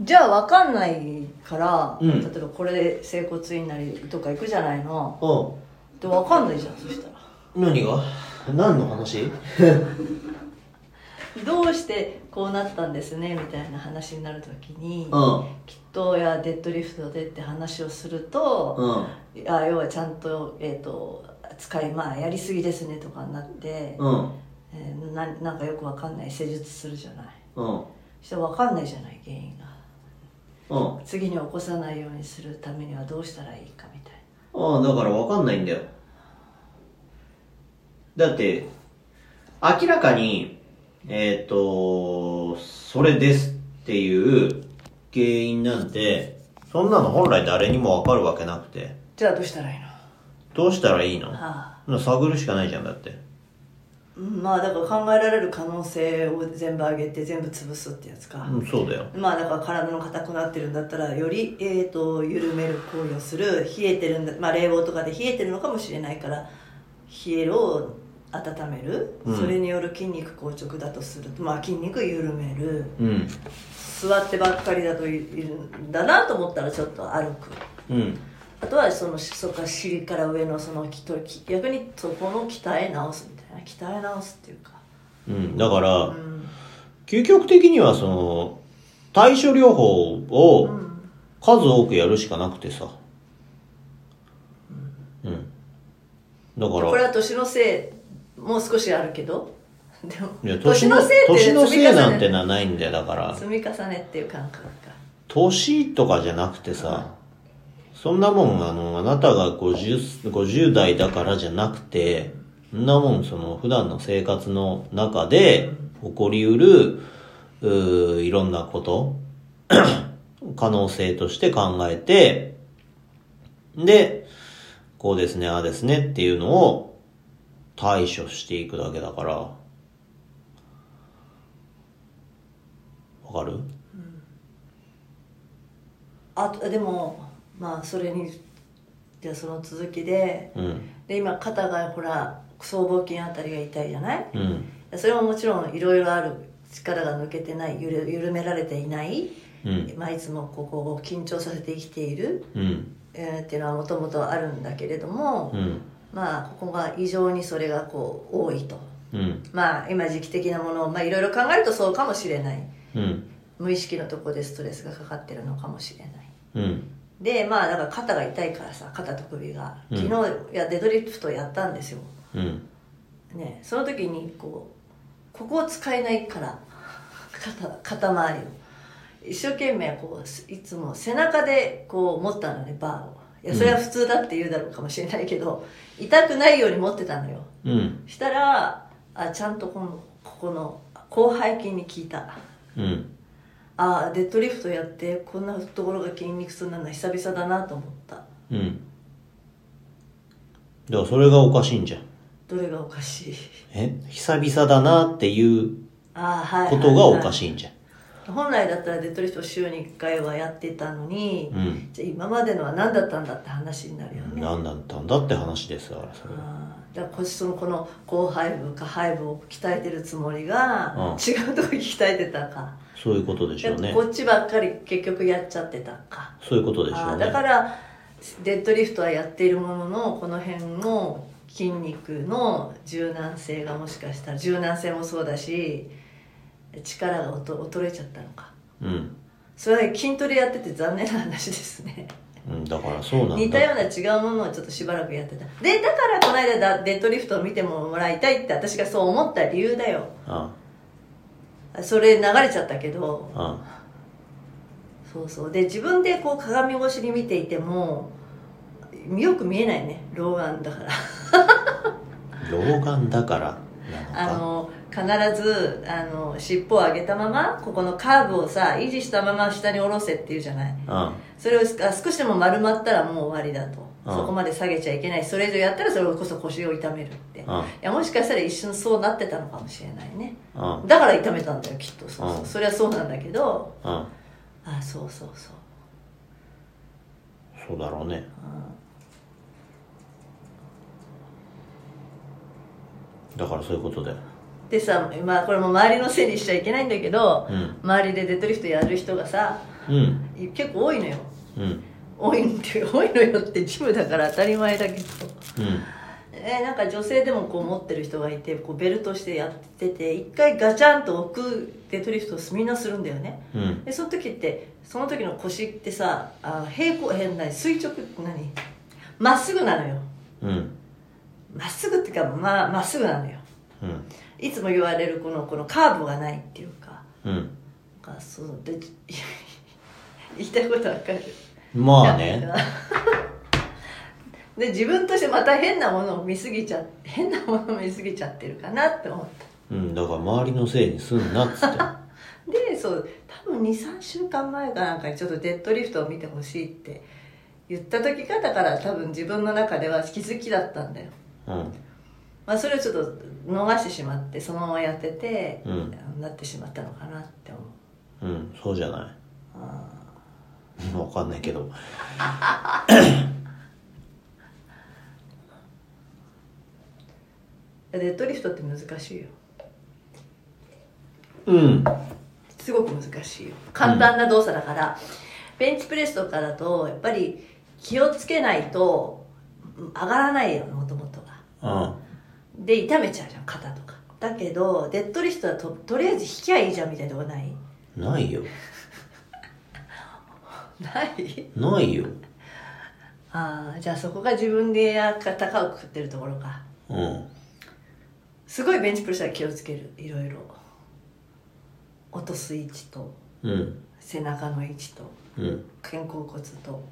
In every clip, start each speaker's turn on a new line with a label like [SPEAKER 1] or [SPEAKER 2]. [SPEAKER 1] じゃあ分かんないから、
[SPEAKER 2] うん
[SPEAKER 1] 例えばこれで整骨院なりとか行くじゃないの
[SPEAKER 2] う
[SPEAKER 1] で分かんないじゃんそしたら
[SPEAKER 2] ん何が何の話
[SPEAKER 1] どうしてこうなったんですねみたいな話になるときに
[SPEAKER 2] うん
[SPEAKER 1] きっとやデッドリフトでって話をすると、
[SPEAKER 2] うん
[SPEAKER 1] あ要はちゃんと,、えー、と使いまあやりすぎですねとかになって、
[SPEAKER 2] うん
[SPEAKER 1] えーななんかよく分かんない施術するじゃない
[SPEAKER 2] うん
[SPEAKER 1] そしたら分かんないじゃない原因が
[SPEAKER 2] うん
[SPEAKER 1] 次に起こさないようにするためにはどうしたらいいかみたいな
[SPEAKER 2] ああだから分かんないんだよだって明らかにえっ、とそれですっていう原因なんてそんなの本来誰にも分かるわけなくて
[SPEAKER 1] じゃあどうしたらいいの
[SPEAKER 2] どうしたらいいの
[SPEAKER 1] あ
[SPEAKER 2] そんな探るしかないじゃんだって
[SPEAKER 1] あうんまあだから考えられる可能性を全部上げて全部潰すってやつか、
[SPEAKER 2] うんそうだよ
[SPEAKER 1] まあだから体の硬くなってるんだったらより、えー、と緩める行為をする冷えてるんだ、まあ、冷房とかで冷えてるのかもしれないから冷えるを温める、
[SPEAKER 2] うん
[SPEAKER 1] それによる筋肉硬直だとすると、まあ、筋肉緩める
[SPEAKER 2] うん
[SPEAKER 1] 座ってばっかりだといいるんだなと思ったらちょっと歩く
[SPEAKER 2] うん
[SPEAKER 1] あとはそのそっか尻から上のそのきとき逆にそこの鍛え直すみたいな鍛え直すっていうか
[SPEAKER 2] うんだから、
[SPEAKER 1] うん
[SPEAKER 2] 究極的にはその対処療法
[SPEAKER 1] う
[SPEAKER 2] を
[SPEAKER 1] ん
[SPEAKER 2] 数多くやるしかなくてさうんだか
[SPEAKER 1] これ
[SPEAKER 2] ら
[SPEAKER 1] は年のせいもう少しあるけどでも
[SPEAKER 2] いや年のせい年のせいなんてのはないんだよだから
[SPEAKER 1] 積み重ねっていう感覚か
[SPEAKER 2] 年とかじゃなくてさそんなもんあのあなたが 50, 50代だからじゃなくてそんなもんその普段の生活の中で起こりうるうーいろんなこと 可能性として考えてでこうですねああですねっていうのを対処していくだけだからわかる
[SPEAKER 1] あとでもまあそれにじゃあその続きで
[SPEAKER 2] うん
[SPEAKER 1] で今肩がほら僧帽筋あたりが痛いじゃない
[SPEAKER 2] うん
[SPEAKER 1] それももちろんいろいろある力が抜けてないゆる緩められていない、
[SPEAKER 2] うん
[SPEAKER 1] まあ、いつもここを緊張させて生きている、
[SPEAKER 2] うん
[SPEAKER 1] えーっていうのはもともとあるんだけれども、
[SPEAKER 2] うん
[SPEAKER 1] まあここが異常にそれがこう多いと
[SPEAKER 2] うん
[SPEAKER 1] まあ今時期的なものをまあいろいろ考えるとそうかもしれない
[SPEAKER 2] うん
[SPEAKER 1] 無意識のとこでストレスがかかってるのかもしれない
[SPEAKER 2] うん
[SPEAKER 1] でまあだから肩が痛いからさ肩と首が
[SPEAKER 2] うん
[SPEAKER 1] 昨日、いやデッドリフトやったんですよ、
[SPEAKER 2] うん
[SPEAKER 1] ね、その時にこうここを使えないから肩肩周りを一生懸命こうすいつも背中でこう持ったのねバーをいやそれは普通だって言うだろうかもしれないけど、痛くないように持ってたのよ
[SPEAKER 2] うん
[SPEAKER 1] したらあちゃんとこのここの広背筋に効いた
[SPEAKER 2] うん
[SPEAKER 1] あデッドリフトやってこんなところが筋肉痛なのは久々だなと思った
[SPEAKER 2] うんだからそれがおかしいんじゃん
[SPEAKER 1] どれがおかしい
[SPEAKER 2] え久々だなっていう
[SPEAKER 1] あーはいはい、
[SPEAKER 2] こ
[SPEAKER 1] はい、
[SPEAKER 2] とがおかしいんじゃん
[SPEAKER 1] 本来だったらデッドリフトを週に1回はやってたのに、
[SPEAKER 2] うん
[SPEAKER 1] じゃあ今までのは何だったんだって話になるよね、
[SPEAKER 2] 何だったんだって話ですだからそれは
[SPEAKER 1] あーだからこっちそのこの後背部下背部を鍛えてるつもりが、
[SPEAKER 2] うん
[SPEAKER 1] 違うとこ鍛えてたか
[SPEAKER 2] そういうことでしょう
[SPEAKER 1] で
[SPEAKER 2] ね
[SPEAKER 1] こっちばっかり結局やっちゃってたか
[SPEAKER 2] そういうことでしょ
[SPEAKER 1] あー
[SPEAKER 2] うね
[SPEAKER 1] だからデッドリフトはやっているもののこの辺の筋肉の柔軟性がもしかしたら柔軟性もそうだし力がおと衰えちゃったのか
[SPEAKER 2] うん、
[SPEAKER 1] それは筋トレやってて残念な話ですね
[SPEAKER 2] うん、だからそうなんだ
[SPEAKER 1] 似たような違うものをちょっとしばらくやってたでだからこの間だデッドリフトを見てもらいたいって私がそう思った理由だよ
[SPEAKER 2] あ
[SPEAKER 1] それ流れちゃったけど
[SPEAKER 2] ああ
[SPEAKER 1] そうそうで自分でこう鏡越しに見ていてもよく見えないね老眼だから
[SPEAKER 2] あ老眼だからなの
[SPEAKER 1] あ
[SPEAKER 2] か
[SPEAKER 1] の必ずあの尻尾を上げたままここのカーブをさ維持したまま下に下ろせっていうじゃない
[SPEAKER 2] あ
[SPEAKER 1] それをあ少しでも丸まったらもう終わりだと
[SPEAKER 2] うん
[SPEAKER 1] そこまで下げちゃいけないそれ以上やったらそれこそ腰を痛めるってい
[SPEAKER 2] ああ
[SPEAKER 1] やもしかしたら一瞬そうなってたのかもしれないね
[SPEAKER 2] あ
[SPEAKER 1] だから痛めたんだよきっとそうそう、
[SPEAKER 2] うん
[SPEAKER 1] それはそうなんだけど
[SPEAKER 2] ああ
[SPEAKER 1] あそうそうそう
[SPEAKER 2] そうだろうねだからそういうことだよ
[SPEAKER 1] でさ、まあ、これも周りのせいにしちゃいけないんだけど、
[SPEAKER 2] うん
[SPEAKER 1] 周りでデッドリフトやる人がさ
[SPEAKER 2] うん
[SPEAKER 1] い結構多いのよ
[SPEAKER 2] うん
[SPEAKER 1] 多いんで多いのよってジムだから当たり前だけど
[SPEAKER 2] うん
[SPEAKER 1] えーなんか女性でもこう持ってる人がいてこうベルトしてやってて一回ガチャンと置くデッドリフトをみんなするんだよね
[SPEAKER 2] うん
[SPEAKER 1] でその時ってその時の腰ってさあ平行変な垂直何まっすぐなのよ
[SPEAKER 2] うん
[SPEAKER 1] まっすぐっていうかまあまっすぐなのよ
[SPEAKER 2] うん
[SPEAKER 1] いつも言われるこのこのカーブがないっていうか
[SPEAKER 2] うん
[SPEAKER 1] なんかそうで 言いたいことわかる
[SPEAKER 2] まあね
[SPEAKER 1] で自分としてまた変なものを見すぎちゃ変なものを見すぎちゃってるかなって思っ
[SPEAKER 2] うんだから周りのせいにすんなっつって
[SPEAKER 1] たでそう多分23週間前かなんかにちょっとデッドリフトを見てほしいって言った時がだから多分自分の中では気づきだったんだよ、
[SPEAKER 2] うん
[SPEAKER 1] まあ、それをちょっと逃してしまってそのままやってて、
[SPEAKER 2] うん
[SPEAKER 1] なってしまったのかなって思う
[SPEAKER 2] うんそうじゃない
[SPEAKER 1] あー
[SPEAKER 2] わかんないけど。
[SPEAKER 1] デッドリフトって難しいよ
[SPEAKER 2] うん。
[SPEAKER 1] すごく難しいよ簡単な動作だから、ベンチプレスとかだとやっぱり気をつけないとうん上がらないよもともとが
[SPEAKER 2] うん。
[SPEAKER 1] で痛めちゃうじゃん肩とかだけどデッドリフトだととりあえず引きゃいいじゃんみたいなとこない
[SPEAKER 2] ないよ。
[SPEAKER 1] ない
[SPEAKER 2] ないよ。
[SPEAKER 1] ああじゃあそこが自分で肩高くくってるところか
[SPEAKER 2] うん。
[SPEAKER 1] すごいベンチプレスは気をつけるいろいろ落とす位置と
[SPEAKER 2] うん。
[SPEAKER 1] 背中の位置と
[SPEAKER 2] うん。
[SPEAKER 1] 肩甲骨と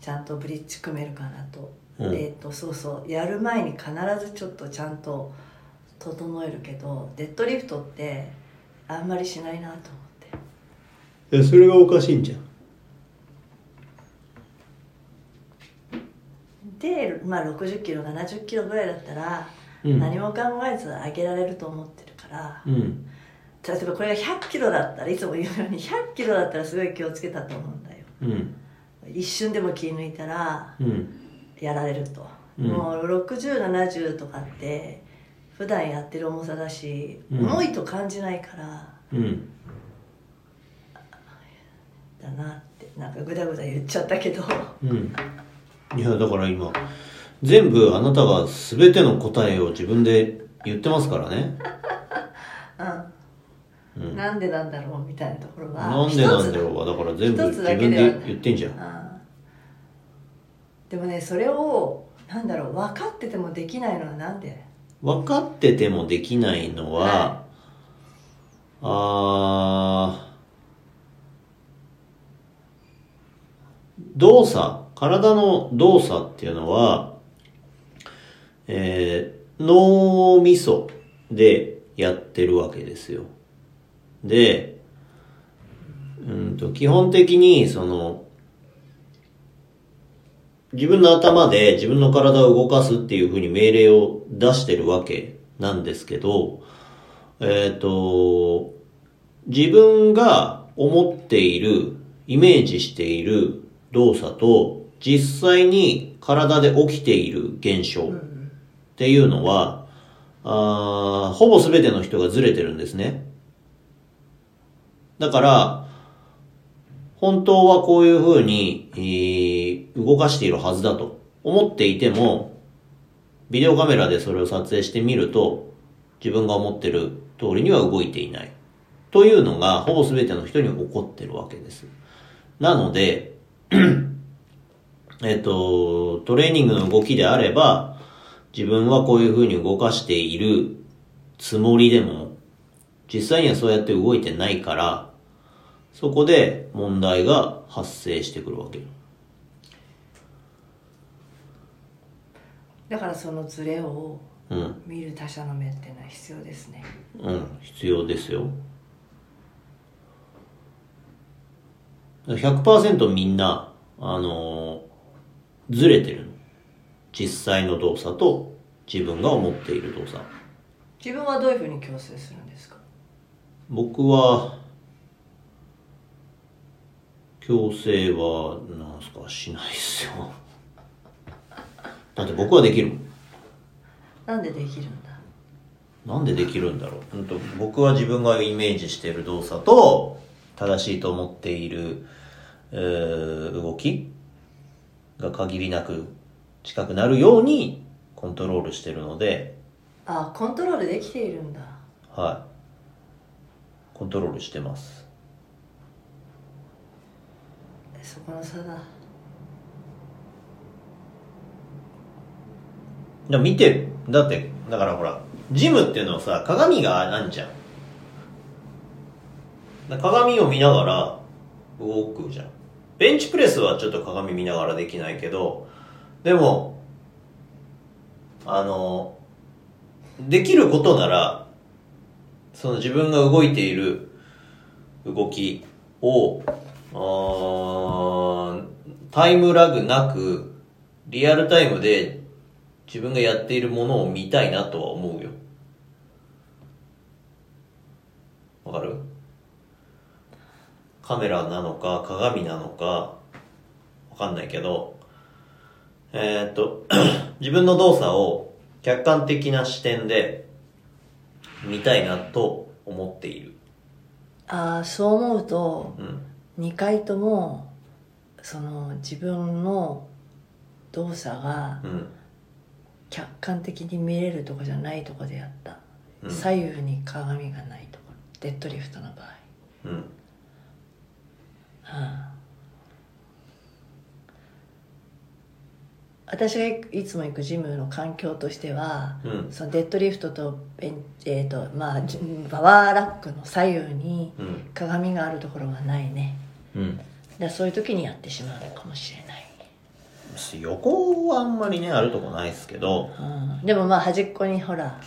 [SPEAKER 1] ちゃんとブリッジ組めるかなと、
[SPEAKER 2] うん
[SPEAKER 1] えっ、とそうそうやる前に必ずちょっとちゃんと整えるけどデッドリフトってあんまりしないなと思って
[SPEAKER 2] え、それがおかしいんじゃん。
[SPEAKER 1] で、まあ、60キロ70キロぐらいだったら、
[SPEAKER 2] うん
[SPEAKER 1] 何も考えず上げられると思ってるから
[SPEAKER 2] うん。
[SPEAKER 1] 例えばこれが100キロだったらいつも言うように100キロだったらすごい気をつけたと思うんだよ
[SPEAKER 2] うん。
[SPEAKER 1] 一瞬でも気抜いたら
[SPEAKER 2] うん。
[SPEAKER 1] やられると、
[SPEAKER 2] うん
[SPEAKER 1] もう6070とかって普段やってる重さだし、
[SPEAKER 2] うん
[SPEAKER 1] 重いと感じないから
[SPEAKER 2] うん。
[SPEAKER 1] だなってなんかグダグダ言っちゃったけど
[SPEAKER 2] うん。いや、だから今、全部あなたが全ての答えを自分で言ってますからね。
[SPEAKER 1] うん、
[SPEAKER 2] うん
[SPEAKER 1] なんでなんだろうみたいなところは
[SPEAKER 2] なんでなんだ
[SPEAKER 1] 一
[SPEAKER 2] ろうは、だから全部
[SPEAKER 1] 一
[SPEAKER 2] 自
[SPEAKER 1] つだけ
[SPEAKER 2] 分
[SPEAKER 1] では
[SPEAKER 2] で言ってんじゃ
[SPEAKER 1] つ
[SPEAKER 2] ん。
[SPEAKER 1] あーでもねそれをなんだろう分かっててもできないのはなんで
[SPEAKER 2] 分かっててもできないのは、あー動作体の動作っていうのは、えー脳みそでやってるわけですよでうんと基本的にその自分の頭で自分の体を動かすっていうふうに命令を出してるわけなんですけど、えっ、と、自分が思っている、イメージしている動作と、実際に体で起きている現象っていうのは、あーほぼ全ての人がずれてるんですね。だから、本当はこういう風に、えー動かしているはずだと思っていても、ビデオカメラでそれを撮影してみると、自分が思ってる通りには動いていない。というのが、ほぼ全ての人に起こってるわけです。なので、えっと、トレーニングの動きであれば、自分はこういう風に動かしているつもりでも、実際にはそうやって動いてないから、そこで問題が発生してくるわけ。
[SPEAKER 1] だからそのズレを
[SPEAKER 2] うん。
[SPEAKER 1] 見る他者の目っていうのは必要ですね
[SPEAKER 2] うん。必要ですよ。100%みんな、あのーずれてるの。実際の動作と自分が思っている動作。
[SPEAKER 1] 自分はどういうふうに矯正するんですか
[SPEAKER 2] 僕は、強制は、なんすか、しないっすよ。だって僕はできるもん。
[SPEAKER 1] なんでできるんだ
[SPEAKER 2] なんでできるんだろう本当僕は自分がイメージしている動作と正しいと思っている、えー動きが限りなく近くなるようにコントロールしてるので、
[SPEAKER 1] あコントロールできているんだ
[SPEAKER 2] はい、コントロールしてます
[SPEAKER 1] そこの差だ
[SPEAKER 2] でも見てだってだからほらジムっていうのはさ鏡があんじゃんだから鏡を見ながら動くじゃんベンチプレスはちょっと鏡見ながらできないけどでもあのできることならその自分が動いている動きをあータイムラグなくリアルタイムで自分がやっているものを見たいなとは思うよわかるカメラなのか鏡なのかわかんないけどえーっと 自分の動作を客観的な視点で見たいなと思っている
[SPEAKER 1] ああそう思うと
[SPEAKER 2] うん
[SPEAKER 1] 2回ともその自分の動作が
[SPEAKER 2] うん
[SPEAKER 1] 客観的に見れるとかじゃないとかでやった、
[SPEAKER 2] うん
[SPEAKER 1] 左右に鏡がないとかデッドリフトの場合、
[SPEAKER 2] うん
[SPEAKER 1] うん私がいいつも行くジムの環境としては
[SPEAKER 2] うん
[SPEAKER 1] そのデッドリフトとベン、えーとまあ、じパワーラックの左右に
[SPEAKER 2] うん
[SPEAKER 1] 鏡があるところがないね
[SPEAKER 2] うん
[SPEAKER 1] だからそういう時にやってしまうのかもしれない
[SPEAKER 2] 横はあんまりねあるとこないですけど
[SPEAKER 1] うんでもまあ端っこにほら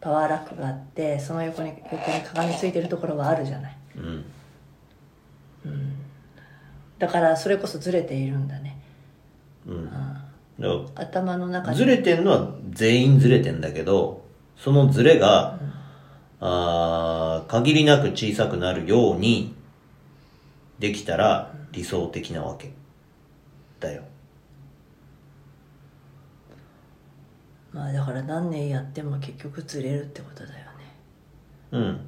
[SPEAKER 1] パワーラックがあってその横に横に鏡ついてるところはあるじゃない
[SPEAKER 2] うん
[SPEAKER 1] だからそれこそずれているんだね
[SPEAKER 2] うんだか
[SPEAKER 1] 頭の中
[SPEAKER 2] ら
[SPEAKER 1] に
[SPEAKER 2] ずれてんのは全員ずれてんだけどそのずれが、あー限りなく小さくなるようにできたら理想的なわけだよ
[SPEAKER 1] まあだから何年やっても結局ずれるってことだよね
[SPEAKER 2] うん